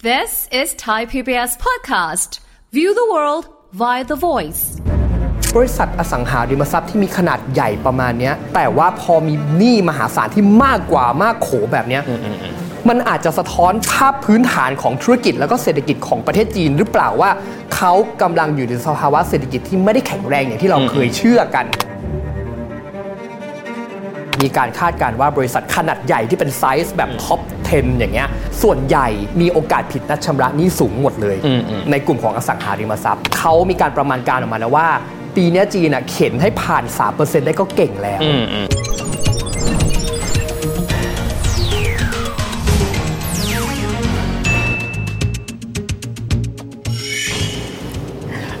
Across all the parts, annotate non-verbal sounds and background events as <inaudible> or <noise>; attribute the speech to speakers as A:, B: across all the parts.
A: This is Thai PBS podcast. View the world via the voice.
B: บริษัทอสังหาริมทรัพย์ที่มีขนาดใหญ่ประมาณเนี้ยแต่ว่าพอมีหนี้มหาศาลที่มากกว่ามากโขแบบเนี้ยมันอาจจะสะท้อนภาพพื้นฐานของธุรกิจแล้วก็เศรษฐกิจของประเทศจีนหรือเปล่าว่าเขากำลังอยู่ในสภาวะเศรษฐกิจที่ไม่ได้แข็งแรงอย่างที่เราเคยเชื่อกัน มีการคาดการณ์ว่าบริษัทขนาดใหญ่ที่เป็นไซส์แบบท็อป 10 อย่างเงี้ย ส่วนใหญ่มีโอกาสผิดนัดชำระหนี้สูงหมดเลย ในกลุ่มของอสังหาริมทรัพย์ เขามีการประมาณการออกมาแล้วว่า ปีเนี้ยจีนน่ะเข็นให้ผ่าน 3%ได้ก็เก่งแล้ว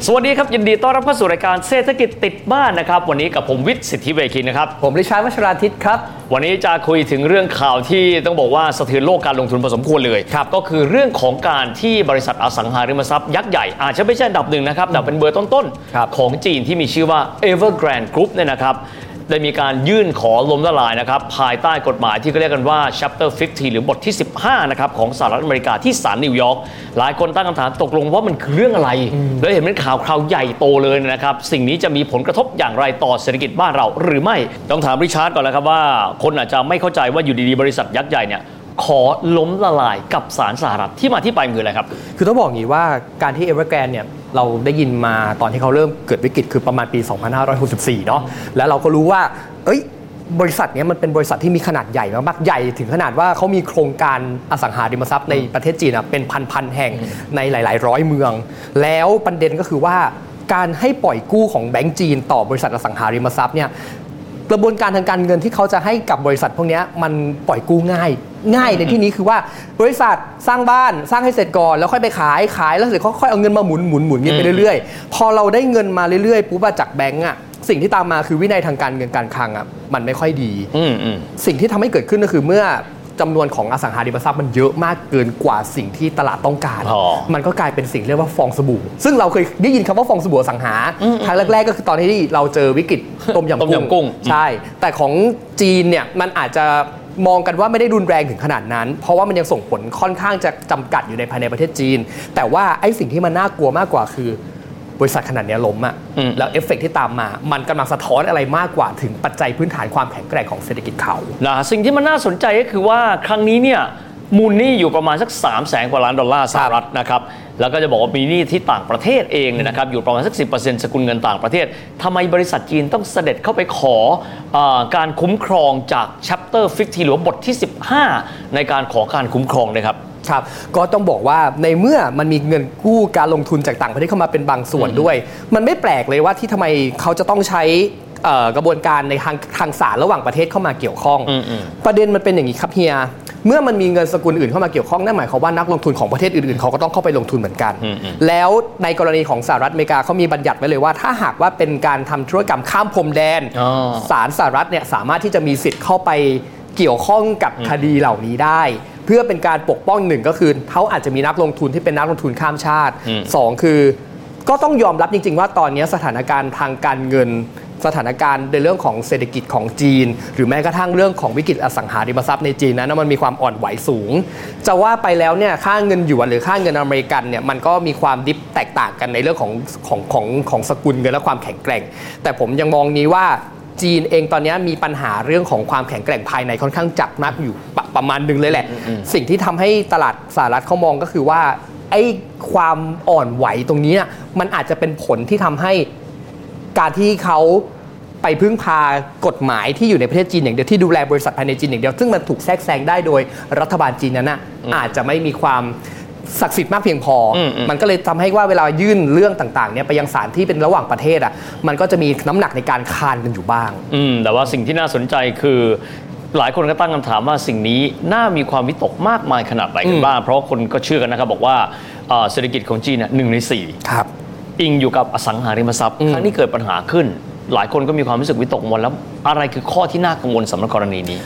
C: สวัสดีครับ ยินดีต้อนรับเข้าสู่รายการเศรษฐกิจติดบ้านนะครับ วันนี้กับผมวิทย์สิทธิเวคินนะครับ
B: ผมริชาร์ดวัชราทิตครับ
C: วันนี้จะคุยถึงเรื่องข่าวที่ต้องบอกว่าสะเทือนโลกการลงทุนพอสมควรเลยครับก็คือเรื่องของการที่บริษัทอสังหาริมทรัพย์ยักษ์ใหญ่ อาจจะไม่ใช่อันดับหนึ่งนะครับแต่เป็นเบอร์ต้น
B: ครับ
C: ๆของจีนที่มีชื่อว่า Evergrande Group เนี่ยนะครับได้มีการยื่นขอล้มละลายนะครับภายใต้กฎหมายที่เขาเรียกกันว่า Chapter 15 หรือบทที่ 15 นะครับของสหรัฐอเมริกาที่ศาลนิวยอร์กหลายคนตั้งคำถามตกลงว่ามันคือเรื่องอะไร แล้วเห็นเป็นข่าวคราวใหญ่โตเลยนะครับสิ่งนี้จะมีผลกระทบอย่างไรต่อเศรษฐกิจบ้านเราหรือไม่ต้องถามริชาร์ดก่อนแล้วครับว่า คนอาจจะไม่เข้าใจว่าอยู่ดีๆบริษัทยักษ์ใหญ่เนี่ยขอล้มละลายกับศาลสหรัฐที่มาที่ไปมันคืออะไรครับ
B: คือต้องบอกอย่างนี้ว่าการที่เอเวอร์แกรนเนี่ยเราได้ยินมาตอนที่เขาเริ่มเกิดวิกฤตคือประมาณปี 2564 เนาะแล้วเราก็รู้ว่า เอ้ย บริษัทเนี้ยมันเป็นบริษัทที่มีขนาดใหญ่มากๆใหญ่ถึงขนาดว่าเขามีโครงการอสังหาริมทรัพย์ในประเทศจีนอะเป็นพันๆแห่งในหลาย ๆ ร้อยเมือง แล้วประเด็นก็คือว่าการให้ปล่อยกู้ของแบงก์จีน ต่อบริษัทอสังหาริมทรัพย์เนี่ย กระบวนการทางการเงินที่เขาจะให้กับบริษัทพวกเนี้ยมันปล่อยกู้ง่าย ง่ายในที่นี้คือว่าบริษัทสร้างบ้านสร้างให้เสร็จก่อนแล้วค่อยไปขายขายแล้วเสร็จค่อยๆเอาเงินมาหมุนหมุนหมุนเงี้ยไปเรื่อยๆ พอเราได้เงินมาเรื่อยๆปุ๊บอะจากแบงก์อะสิ่งที่ตามมาคือวินัยทางการเงินการคลังอะมันไม่ค่อยดี
C: อืมอืม
B: สิ่งที่ทำให้เกิดขึ้นก็คือเมื่อจำนวนของอสังหาริมทรัพย์มันเยอะมากเกินกว่าสิ่งที่ตลาดต้องการ
C: อ๋อ
B: มันก็กลายเป็นสิ่งเรียกว่าฟองสบู่ ซึ่งเราเคยได้ยินคำว่าฟองสบู่อสังหาครั้งแรก ๆ ก็คือตอนที่เราเจอวิ <laughs> กฤต ต้มยำ
C: ต้มยำกุ้ง
B: ใช่ แต่ของจีนเนี่ยมันอาจจะมองกันว่าไม่ได้รุนแรงถึงขนาดนั้น เพราะว่ามันยังส่งผลค่อนข้างจะจำกัดอยู่ในภายในประเทศจีน แต่ว่าไอ้สิ่งที่มันน่ากลัวมากกว่าคือบริษัทขนาดเนี้ยล้มอะ
C: อืม
B: แล้วเอฟเฟกต์ที่ตามมา มันกำลังสะท้อนอะไรมากกว่าถึงปัจจัยพื้นฐานความแข็งแกร่งของเศรษฐกิจเขา
C: นะสิ่งที่มันน่าสนใจก็คือว่าครั้งนี้เนี่ยมูลหนี้อยู่ประมาณสัก3 0 0แสนกว่าล้านดอลลาร์สหรัฐนะครับแล้วก็จะบอกว่ามีหนี้ที่ต่างประเทศเองเนี่ยนะครับอยู่ประมาณสัก 10%สกุลเงินต่างประเทศทำไมบริษัทจีนต้องเสด็จเข้าไปขอเออการคุ้มครองจาก chapter 15 หรือว่าบทที่ 15 ในการขอการคุ้มครองเนะครับ
B: ครับ ก็ต้องบอกว่าในเมื่อมันมีเงินกู้การลงทุนจากต่างประเทศเข้ามาเป็นบางส่วนด้วย มันไม่แปลกเลยว่าที่ทำไมเขาจะต้องใช้เอ่อกระบวนการในทางทางศาลระหว่างประเทศเข้ามาเกี่ยวข้อง
C: อืมอืม
B: ประเด็นมันเป็นอย่างนี้ครับเฮีย เมื่อมันมีเงินสกุลอื่นเข้ามาเกี่ยวข้องนั่นหมายความว่านักลงทุนของประเทศอื่นๆเขาก็ต้องเข้าไปลงทุนเหมือนกัน แล้วในกรณีของสหรัฐอเมริกาเขามีบัญญัติไว้เลยว่า ถ้าหากว่าเป็นการทำธุรกรรมข้ามพรมแดน
C: อ๋อ
B: ศาลสหรัฐเนี่ยสามารถที่จะมีสิทธิ์เข้าไปเกี่ยวข้องกับคดีเหล่านี้ได้ เพื่อเป็นการปกป้องหนึ่งก็คือเขาอาจจะมีนักลงทุนที่เป็นนักลงทุนข้ามชาติ
C: อืม
B: สองคือ ก็ต้องยอมรับจริง ๆ ว่าตอนนี้สถานการณ์ทางการเงิน สถานการณ์ในเรื่องของเศรษฐกิจของจีน หรือแม้กระทั่งเรื่องของวิกฤตอสังหาริมทรัพย์ในจีนนั้นนะมันมีความอ่อนไหวสูง จะว่าไปแล้วเนี่ยค่าเงินหยวนหรือค่าเงินอเมริกันเนี่ยมันก็มีความดิฟแตกต่างกันในเรื่องของของของของสกุลเงินและความแข็งแกร่ง แต่ผมยังมองนี้ว่า จีนเองตอนนี้มีปัญหาเรื่องของความแข็งแกร่งภายในค่อนข้างจับนักอยู่ประประมาณหนึ่งเลยแหละ สิ่งที่ทำให้ตลาดสหรัฐเขามองก็คือว่าไอ้ความอ่อนไหวตรงนี้น่ะมันอาจจะเป็นผลที่ทำให้การที่เขาไปพึ่งพากฎหมายที่อยู่ในประเทศจีนอย่างเดียวที่ดูแลบริษัทภายในจีนอย่างเดียว ซึ่งมันถูกแทรกแซงได้โดยรัฐบาลจีนนั้นน่ะอาจจะไม่มีความศักดิ์สิทธิ์มากเพียงพออ
C: มอืม
B: มันก็เลยทำให้ว่าเวลายื่นเรื่องต่างๆเนี่ยไปยังศาลที่เป็นระหว่างประเทศอ่ะมันก็จะมีน้ำหนักในการคานกันอยู่บ้าง
C: อืมแต่ว่าสิ่งที่น่าสนใจคือ หลายคนก็ตั้งคำถามว่าสิ่งนี้น่ามีความวิตกมากมายขนาดไหนกันบ้างเพราะคนก็เชื่อกันนะครับบอกว่าเอ่อเศรษฐกิจของจีนเนี่ยหนึ่งในสี่
B: ครับ
C: อิงอยู่กับอสังหาริมทรัพย์
B: อืม
C: ครั้งนี้เกิดปัญหาขึ้น หลายคนก็มีความรู้สึกวิตกกังวลแล้ว อะไรคือข้อที่น่ากังวลสำหรับกรณีนี้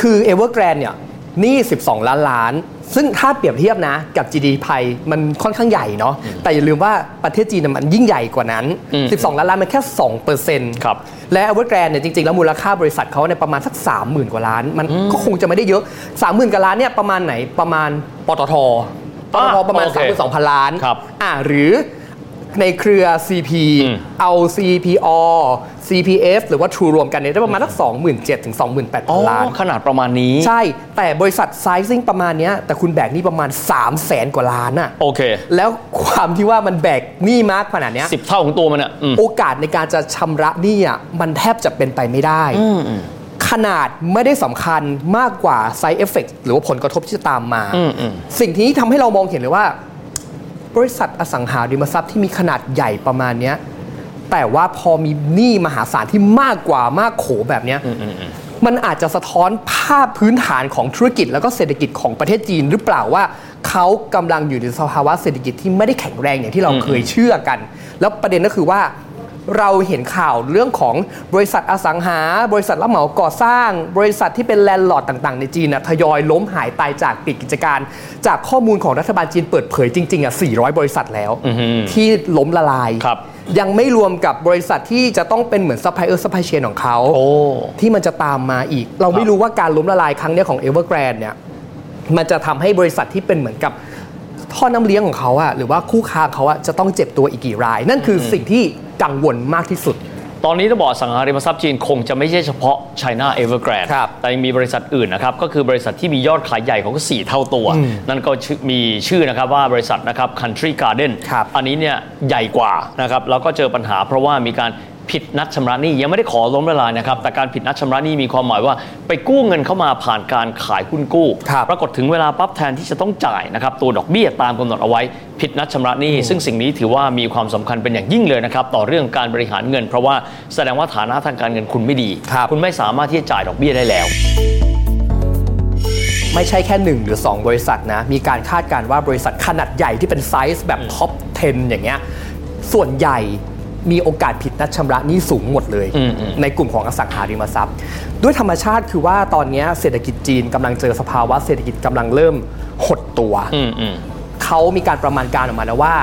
B: คือเอเวอร์แกรนเนี่ยหนี่ 12 ล้านล้าน ซึ่งถ้าเปรียบเทียบนะ กับ GDP มันค่อนข้างใหญ่เนาะแต่อย่าลืมว่าประเทศจีนน่ะมันยิ่งใหญ่กว่านั้น
C: อืม
B: 12 ล้านล้านมันแค่ 2%
C: ครับ
B: และเอเวอร์แกรนเนี่ยจริง ๆ แล้วมูลค่าบริษัทเขาเนี่ยประมาณสัก 30,000 กว่าล้าน มันก็คงจะไม่ได้เยอะ 30,000 กว่าล้านเนี่ยประมาณไหนประมาณปตท พรบประมาณ
C: โอเค
B: 32,000 ล้าน
C: ครับ
B: อ่าหรือในเครือ CP
C: อืม
B: เอา CPO CPF หรือว่า True รวมกันเนี่ยได้ประมาณสัก27,000ถึง
C: อ๋อ
B: 28,000 ล้าน
C: ขนาดประมาณนี้
B: ใช่ แต่บริษัทไซซิ่งประมาณเนี้ยแต่คุณแบกหนี่ประมาณ 3 0 0แสนกว่าล้านอะ
C: โอเค
B: แล้วความที่ว่ามันแบกหนี้มากขนาดเนี้ย
C: สิบเท่าของตัวมันอ่ะอืม
B: โอกาสในการจะชำระหนี้อ่ะมันแทบจะเป็นไปไม่ได้ ขนาดไม่ได้สำคัญมากกว่า side effect หรือว่าผลกระทบที่จะตามมา
C: อืมอืม
B: สิ่งที่ทำให้เรามองเห็นเลยว่า บริษัทอสังหาริมทรัพย์ที่มีขนาดใหญ่ประมาณเนี้ยแต่ว่าพอมีหนี้มหาศาลที่มากกว่ามากโขแบบเนี้ยมันอาจจะสะท้อนภาพพื้นฐานของธุรกิจแล้วก็เศรษฐกิจของประเทศจีนหรือเปล่าว่าเขากำลังอยู่ในสภาวะเศรษฐกิจที่ไม่ได้แข็งแรงอย่างที่เราเคยเชื่อกัน แล้วประเด็นก็คือว่า เราเห็นข่าวเรื่องของบริษัทอสังหา บริษัทรับเหมาก่อสร้าง บริษัทที่เป็นแลนด์ลอร์ดต่างๆ ในจีนนะทยอยล้มหายตายจากปิดกิจการ จากข้อมูลของรัฐบาลจีนเปิดเผยจริง ๆ อ่ะ 400 บริษัทแล้ว ที่ล้มละลาย
C: ครับ
B: ยังไม่รวมกับบริษัทที่จะต้องเป็นเหมือนซัพพลายเออร์ซัพพลายเชนของเขา
C: โอ้
B: ที่มันจะตามมาอีก เราไม่รู้ว่าการล้มละลายครั้งเนี้ยของเอเวอร์แกรนเนี่ยมันจะทำให้บริษัทที่เป็นเหมือนกับท่อน้ำเลี้ยงของเขาอะหรือว่าคู่ค้าของเขาอะจะต้องเจ็บตัวอีกกี่ราย นั่นคือสิ่งที่กังวลมากที่สุด
C: ตอนนี้ต้องบอกอสังหาริมทรัพย์จีนคงจะไม่ใช่เฉพาะ China Evergrande
B: ครับ
C: แต่ยังมีบริษัทอื่นนะครับ ก็คือบริษัทที่มียอดขายใหญ่ของก็4เท่าตัว นั่นก็ชื่อมีชื่อนะครับว่าบริษัทนะครับ Country Garden
B: ครับ
C: อันนี้เนี่ยใหญ่กว่านะครับ แล้วก็เจอปัญหาเพราะว่ามีการผิดนัดชำระหนี้ยังไม่ได้ขอล้มละลายนะครับ แต่การผิดนัดชำระหนี้มีความหมายว่า ไปกู้เงินเข้ามาผ่านการขายหุ้นกู้
B: ครับ
C: ปรากฏถึงเวลาปั๊บแทนที่จะต้องจ่ายนะครับตัวดอกเบี้ยตามกำหนดเอาไว้ผิดนัดชำระหนี้ ซึ่งสิ่งนี้ถือว่ามีความสำคัญเป็นอย่างยิ่งเลยนะครับ ต่อเรื่องการบริหารเงิน เพราะว่าแสดงว่าฐานะทางการเงินคุณไม่ดี
B: ครับ
C: คุณไม่สามารถที่จะจ่ายดอกเบี้ยได้แล้ว
B: ไม่ใช่แค่ 1 หรือ 2 บริษัทนะ มีการคาดการณ์ว่าบริษัทขนาดใหญ่ที่เป็นไซส์แบบท็อป 10 อย่างเงี้ยส่วนใหญ่มีโอกาสผิดนัดชำระหนี้สูงหมดเลย ในกลุ่มของอสังหาริมทรัพย์ ด้วยธรรมชาติคือว่าตอนเนี้ยเศรษฐกิจจีนกำลังเจอสภาวะเศรษฐกิจกำลังเริ่มหดตัว
C: อืมอืม
B: เขามีการประมาณการออกมาแล้วว่า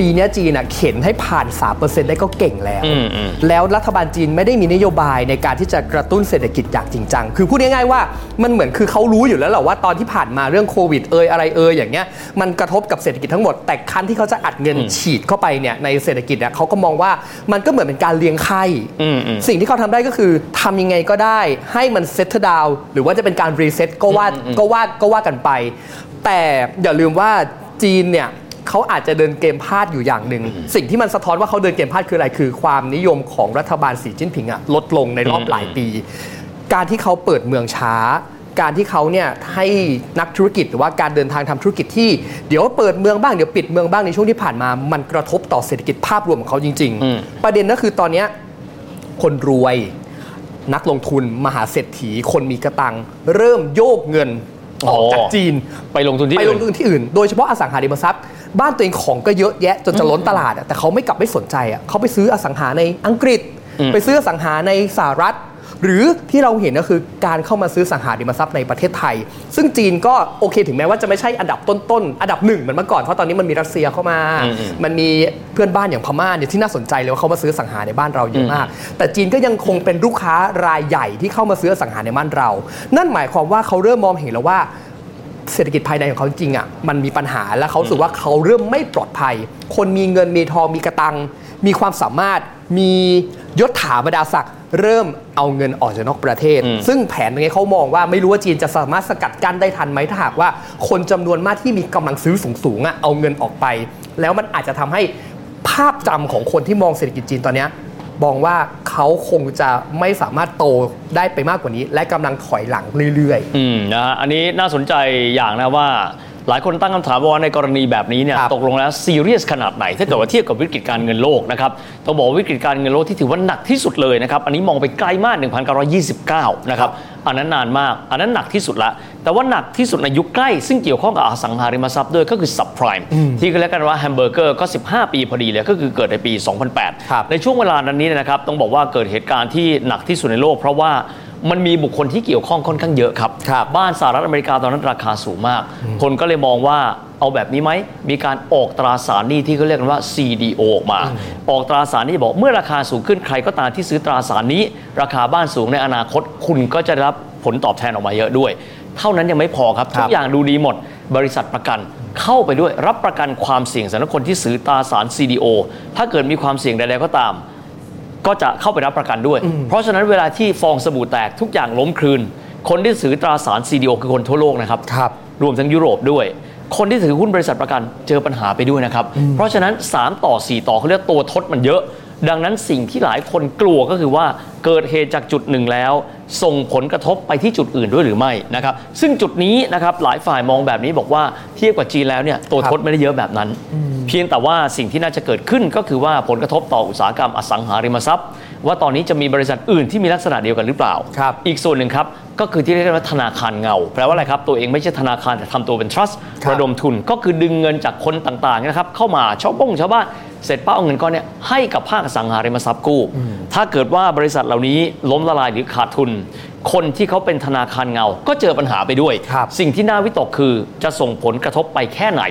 B: ปีเนี้ยจีนน่ะเข็นให้ผ่าน 3%ได้ก็เก่งแล้ว
C: อืมอืม
B: แล้วรัฐบาลจีนไม่ได้มีนโยบายในการที่จะกระตุ้นเศรษฐกิจอย่างจริงจัง คือพูดง่ายๆว่ามันเหมือนคือเขารู้อยู่แล้วแหละว่าตอนที่ผ่านมาเรื่องโควิดเอยอะไรเอยอย่างเงี้ยมันกระทบกับเศรษฐกิจทั้งหมด แต่คันที่เขาจะอัดเงินฉีดเข้าไปเนี่ยในเศรษฐกิจเนี่ยเขาก็มองว่ามันก็เหมือนเป็นการเลี้ยงไข้
C: อืมอืม
B: สิ่งที่เขาทำได้ก็คือทำยังไงก็ได้ให้มันเซตดาวหรือว่าจะเป็นการรีเซ็ตก็ว่าก็ว่าก็ว่ากันไป แต่อย่าลืมว่าจีนเนี่ยเขาอาจจะเดินเกมพลาดอยู่อย่างหนึ่ง สิ่งที่มันสะท้อนว่าเขาเดินเกมพลาดคืออะไร คือความนิยมของรัฐบาลสีจิ้นผิงอะลดลงในรอบหลายปี การที่เขาเปิดเมืองช้า การที่เขาเนี่ยให้นักธุรกิจหรือว่าการเดินทางทำธุรกิจที่เดี๋ยวเปิดเมืองบ้างเดี๋ยวปิดเมืองบ้างในช่วงที่ผ่านมา มันกระทบต่อเศรษฐกิจภาพรวมของเขาจริง
C: อืม
B: ๆ ประเด็นก็คือตอนเนี้ยคนรวย นักลงทุนมหาเศรษฐีคนมีกระตัง เริ่มโยกเงินออกจากจีน
C: ไปลงทุนที่
B: ไปล
C: อื่
B: ง
C: น
B: ทุนที่อื่น โดยเฉพาะอสังหาริมทรัพย์ บ้านตัวเองของก็เยอะแยะจนจะล้นตลาดอะแต่เขาไม่กลับไม่สนใจอะเขาไปซื้ออสังหาในอังกฤษ ไปซื้ออสังหาในสหรัฐ หรือที่เราเห็นก็คือการเข้ามาซื้ออสังหาริมทรัพย์ในประเทศไทย ซึ่งจีนก็โอเคถึงแม้ว่าจะไม่ใช่อันดับต้นๆ อันดับหนึ่งเหมือนเมื่อก่อน เพราะตอนนี้มันมีรัสเซียเข้ามา มันมีเพื่อนบ้านอย่างพม่าเนี่ยที่น่าสนใจเลยว่าเขามาซื้ออสังหาในบ้านเราเยอะมาก แต่จีนก็ยังคงเป็นลูกค้ารายใหญ่ที่เข้ามาซื้ออสังหาในบ้านเรา นั่นหมายความว่าเขาเริ่มมองเห็นแล้วว่า เศรษฐกิจภายในของเขาจริงๆอ่ะมันมีปัญหาแล้วเขารู้สึกว่าเขาเริ่มไม่ปลอดภัย คนมีเงินมีทองมีกระตัง มีความสามารถมียศถาบรรดาศักดิ์เริ่มเอาเงินออกจากนอกประเทศ ซึ่งแผนตรงนี้เขามองว่าไม่รู้ว่าจีนจะสามารถสกัดกั้นได้ทันไหมถ้าหากว่าคนจำนวนมากที่มีกำลังซื้อสูงๆอ่ะเอาเงินออกไป แล้วมันอาจจะทำให้ภาพจำของคนที่มองเศรษฐกิจจีนตอนเนี้ยมองว่าเขาคงจะไม่สามารถโตได้ไปมากกว่านี้ และกำลังถอยหลังเรื่อย ๆ
C: อืมนะฮะอันนี้น่าสนใจอย่างนะว่า หลายคนตั้งคำถามว่าในกรณีแบบนี้เนี่ย
B: ครับ
C: ตกลงแล้วซีเรียสขนาดไหนถ้าเกิดว่าเทียบกับวิกฤตการเงินโลกนะครับต้องบอกว่าวิกฤตการเงินโลกที่ถือว่าหนักที่สุดเลยนะครับ อันนี้มองไปไกลมาก 1929 นะครับ อันนั้นนานมาก อันนั้นหนักที่สุดละ แต่ว่าหนักที่สุดในยุคใกล้ ซึ่งเกี่ยวข้องกับอสังหาริมทรัพย์ด้วยก็คือซับไพรม์ที่ก็เรียกกันว่าแฮมเบอร์เกอร์ก็ 15 ปีพอดีเลยก็คือเกิดในปี 2008
B: ครับ
C: ในช่วงเวลานั้นนี้นะครับต้องบอกว่าเกิดเหตุการณ์ที่หนักที่สุดในโลก เพราะว่ามันมีบุคคลที่เกี่ยวข้องค่อนข้างเยอะครับ
B: ครับ
C: บ้านสหรัฐอเมริกาตอนนั้นราคาสูงมาก คนก็เลยมองว่าเอาแบบนี้ไหม มีการออกตราสารหนี้ที่เขาเรียกกันว่า CDO ออกมา ออกตราสารหนี้บอกเมื่อราคาสูงขึ้นใครก็ตามที่ซื้อตราสารนี้ ราคาบ้านสูงในอนาคต คุณก็จะได้รับผลตอบแทนออกมาเยอะด้วย เท่านั้นยังไม่พอครับ ทุกอย่างดูดีหมด บริษัทประกัน เข้าไปด้วยรับประกันความเสี่ยงสำหรับคนที่ซื้อตราสาร CDO ถ้าเกิดมีความเสี่ยงใดๆก็ตาม ก็จะเข้าไปรับประกันด้วย เพราะฉะนั้นเวลาที่ฟองสบู่แตกทุกอย่างล้มคลืน คนที่ถือตราสาร CDO คือคนทั่วโลกนะครับ
B: ครับ
C: รวมทั้งยุโรปด้วย คนที่ถือหุ้นบริษัทประกันเจอปัญหาไปด้วยนะครับ เพราะฉะนั้น 3 ต่อ 4 ต่อเขาเรียกตัวทดมันเยอะ ดังนั้นสิ่งที่หลายคนกลัวก็คือว่าเกิดเหตุจากจุดหนึ่งแล้ว ส่งผลกระทบไปที่จุดอื่นด้วยหรือไม่นะครับ ซึ่งจุดนี้นะครับหลายฝ่ายมองแบบนี้บอกว่าเทียบกับจีนแล้วเนี่ยตัวทดไม่ได้เยอะแบบนั้น เพียงแต่ว่าสิ่งที่น่าจะเกิดขึ้นก็คือว่าผลกระทบต่ออุตสาหกรรมอสังหาริมทรัพย์ ว่าตอนนี้จะมีบริษัทอื่นที่มีลักษณะเดียวกันหรือเปล่า
B: ครับ
C: อีกส่วนหนึ่งครับ ก็คือที่เรียกว่าธนาคารเงา แปลว่าอะไรครับ ตัวเองไม่ใช่ธนาคาร แต่ทำตัวเป็น trust
B: ครับ
C: ระดมทุนก็คือดึงเงินจากคนต่างๆนะครับ เข้ามาชาวบ้งชาวบ้าน เสร็จป้าเอาเงินก้อนเนี้ยให้กับภาคอสังหาริมทรัพย์กู้ ถ้าเกิดว่าบริษัทเหล่านี้ล้มละลายหรือขาดทุน คนที่เขาเป็นธนาคารเงา ก็เจอปัญหาไปด้วย
B: ครับ
C: สิ่งที่น่าวิตกคือจะส่งผลกระทบไปแค่ไหน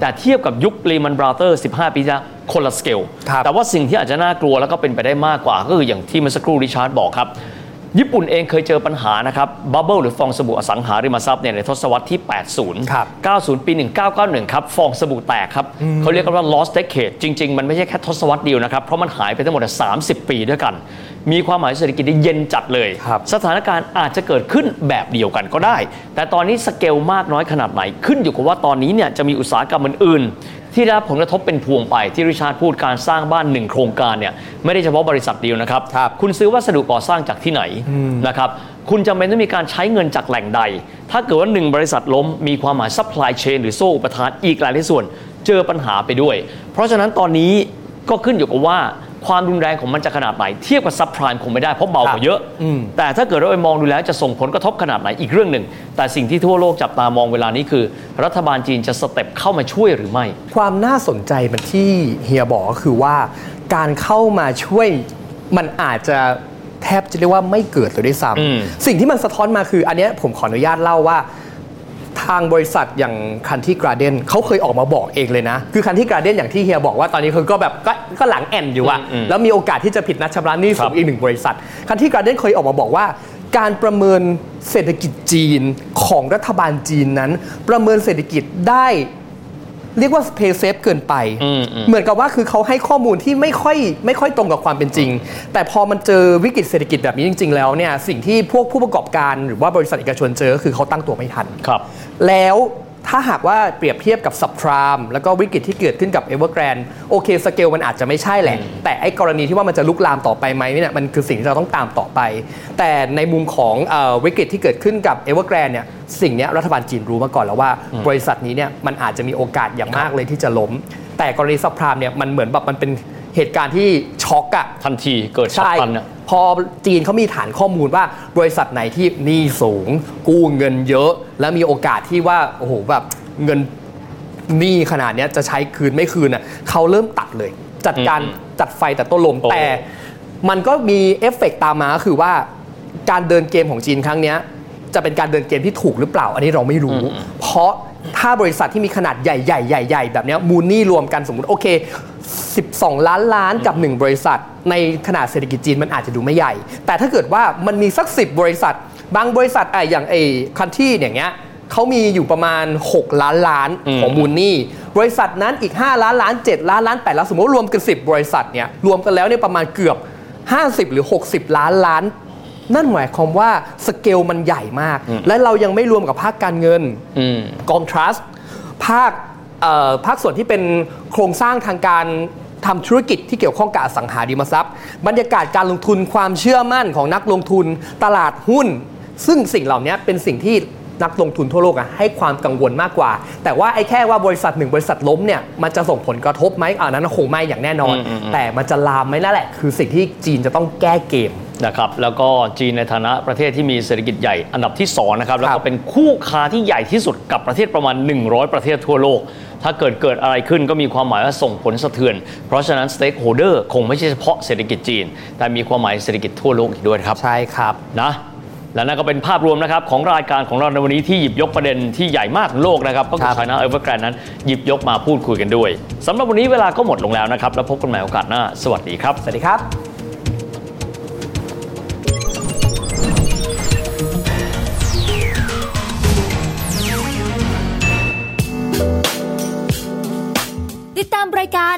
C: แต่เทียบกับยุค Lehman Brothers 15 ปีที่แล้วคนละสเกล
B: ครับ
C: แต่ว่าสิ่งที่อาจจะน่ากลัวแล้วก็เป็นไปได้มากกว่า ก็คืออย่างที่เมื่อสักครู่ริชาร์ดบอกครับ ญี่ปุ่นเองเคยเจอปัญหานะครับบับเบิลหรือฟองสบู่อสังหาริมทรัพย์เนี่ยในทศวรรษที่ 80
B: ครับ
C: 90 ปี 1991 ครับ ฟองสบู่แตกครับ เขาเรียกกันว่า lost decade จริง ๆ มันไม่ใช่แค่ทศวรรษเดียวนะครับ เพราะมันหายไปทั้งหมด 30 ปีด้วยกัน มีความหมายเศรษฐกิจที่เย็นจัดเลย
B: ครับ
C: สถานการณ์อาจจะเกิดขึ้นแบบเดียวกันก็ได้ แต่ตอนนี้สเกลมากน้อยขนาดไหน ขึ้นอยู่กับว่าตอนนี้เนี่ยจะมีอุตสาหกรรมอื่นๆ ที่ได้รับผลกระทบเป็นพวงไปที่ริชาร์ดพูดการสร้างบ้านหนึ่งโครงการเนี่ยไม่ได้เฉพาะบริษัทเดียวนะครับ
B: ครับ
C: คุณซื้อวัสดุก่อสร้างจากที่ไหนนะครับ คุณจำเป็นต้องมีการใช้เงินจากแหล่งใด ถ้าเกิดว่าหนึ่งบริษัทล้มมีความหมาย supply chain หรือโซ่อุปทานอีกหลายในส่วน เจอปัญหาไปด้วย เพราะฉะนั้นตอนนี้ก็ขึ้นอยู่กับว่าความรุนแรงของมันจะขนาดไหน เทียบกับซับพรามคงไม่ได้เพราะเบากว่าเยอะ
B: อืม
C: แต่ถ้าเกิดเราไปมองดูแล้วจะส่งผลกระทบขนาดไหนอีกเรื่องหนึ่ง แต่สิ่งที่ทั่วโลกจับตามองเวลานี้คือ รัฐบาลจีนจะสเต็ปเข้ามาช่วยหรือไม่
B: ความน่าสนใจมันที่เฮียบอกก็คือว่าการเข้ามาช่วยมันอาจจะแทบจะเรียกว่าไม่เกิดเลยด้วยซ้
C: อืม
B: ำสิ่งที่มันสะท้อนมาคือ อันเนี้ยผมขออนุญาตเล่าว่า ทางบริษัทอย่างคันที่กราเดนเขาเคยออกมาบอกเองเลยนะ คือคันที่กราเดนอย่างที่เฮียบอกว่าตอนนี้เขาก็แบบก็ก็หลังแอนอยู่อะ
C: อืมอืม
B: แล้วมีโอกาสที่จะผิดนัดชำระหนี้
C: ครั
B: สู
C: บ
B: งอีกหนึ่งบริษัท คันที่กราเดนเคยออกมาบอกว่า การประเมินเศรษฐกิจจีนของรัฐบาลจีนนั้น ประเมินเศรษฐกิจได้ เรียกว่าเพย์เซฟเกินไป
C: อืมอืม
B: เหมือนกับว่าคือเขาให้ข้อมูลที่ไม่ค่อยไม่ค่อยตรงกับความเป็นจริง แต่พอมันเจอวิกฤตเศรษฐกิจแบบนี้จริง ๆ แล้วเนี่ยสิ่งที่พวกผู้ประกอบการหรือว่าบริษัทเอกชนเจอก็คือเขาตั้งตัวไม่ทัน
C: ครับ
B: แล้วถ้าหากว่าเปรียบเทียบกับสับทรามแล้วก็วิกฤตที่เกิดขึ้นกับเอเวอร์แกรนโอเคสเกลมันอาจจะไม่ใช่แหละ แต่ไอ้กรณีที่ว่ามันจะลุกลามต่อไปไหมเนี่ยมันคือสิ่งที่เราต้องตามต่อไป แต่ในมุมของเออวิกฤตที่เกิดขึ้นกับเอเวอร์แกรนเนี่ยสิ่งเนี้ยรัฐบาลจีนรู้มาก่อนแล้วว่า บริษัทนี้เนี่ยมันอาจจะมีโอกาสอย่างมากเลยที่จะล้ม แต่กรณีสับพรามเนี่ยมันเหมือนแบบมันเป็นเหตุการณ์ที่ช็อกอะ
C: ทันทีเกิดฉับ
B: ใช่
C: พลันเนี่ย
B: พอจีนเขามีฐานข้อมูลว่าบริษัทไหนที่หนี้สูง กู้เงินเยอะ และมีโอกาสที่ว่า โอ้โหแบบเงินหนี้ขนาดเนี้ยจะใช้คืนไม่คืนน่ะเขาเริ่มตัดเลย จัดการ
C: อืม
B: จัดไฟแต่ต้นลม
C: โอ้
B: แต่ มันก็มีเอฟเฟกต์ตามมาก็คือว่าการเดินเกมของจีนครั้งเนี้ยจะเป็นการเดินเกมที่ถูกหรือเปล่า อันนี้เราไม่รู้ เพราะถ้าบริษัทที่มีขนาดใหญ่ๆใหญ่ๆแบบเนี้ยมูลหนี่รวมกันสมมติโอเค 12 ล้านล้านกับ 1 บริษัท ในขนาดเศรษฐกิจจีนมันอาจจะดูไม่ใหญ่ แต่ถ้าเกิดว่ามันมีสัก 10 บริษัท บางบริษัทอะอย่างไอ้คันที่อย่างเงี้ยเขามีอยู่ประมาณ 6 ล้านล้าน
C: อืม
B: ของมูลหนี้บริษัทนั้นอีก 5 ล้านล้าน 7 ล้านล้าน8ล้านสมมติรวมกัน10 บริษัทเนี่ยรวมกันแล้วเนี่ยประมาณเกือบ 50 หรือ 60 ล้านล้าน นั่นหมายความว่าสเกลมันใหญ่มาก และเรายังไม่รวมกับภาคการเงิน
C: อืม
B: กองทรัสต์ภาคเอ่อภาคส่วนที่เป็นโครงสร้างทางการทำธุรกิจที่เกี่ยวข้องกับอสังหาริมทรัพย์ บรรยากาศการลงทุนความเชื่อมั่นของนักลงทุนตลาดหุ้น ซึ่งสิ่งเหล่านี้เป็นสิ่งที่นักลงทุนทั่วโลกอะให้ความกังวลมากกว่า แต่ว่าไอ้แค่ว่าบริษัทหนึ่งบริษัทล้มเนี่ยมันจะส่งผลกระทบไหมอ่านั้นคงไม่อย่างแน่นอน
C: อืมอืม
B: แต่มันจะลามไหมนั่นแหละ คือสิ่งที่จีนจะต้องแก้เกม
C: นะครับแล้วก็จีนในฐานะประเทศที่มีเศรษฐกิจใหญ่อันดับที่2นะครับแล้ว
B: ครั
C: ก็
B: บ
C: เป็นคู่ค้าที่ใหญ่ที่สุดกับประเทศประมาณ 100 ประเทศทั่วโลก ถ้าเกิดเกิดอะไรขึ้นก็มีความหมายว่าส่งผลสะเทือน เพราะฉะนั้นสเต็กโฮเดอร์คงไม่ใช่เฉพาะเศรษฐกิจจีน แต่มีความหมายเศรษฐกิจทั่วโลกอีกด้วยนะครับ
B: ใช่ครับ
C: นะและนั่นก็เป็นภาพรวมนะครับของรายการของเราในวันนี้ที่หยิบยกประเด็นที่ใหญ่มากโลกนะครับก็
B: ค
C: คื
B: รั
C: อบ ไชน่าเอเวอร์แกรนนั้นหยิบยกมาพูดคุยกันด้วยสำหรับวันนี้เวลาก็หมดลงแล้วนะครับแล้วพบกันใหม่โอกาสหน้าสวัสดีครับ
B: สวัสดีครับ
D: ติดตามรายการ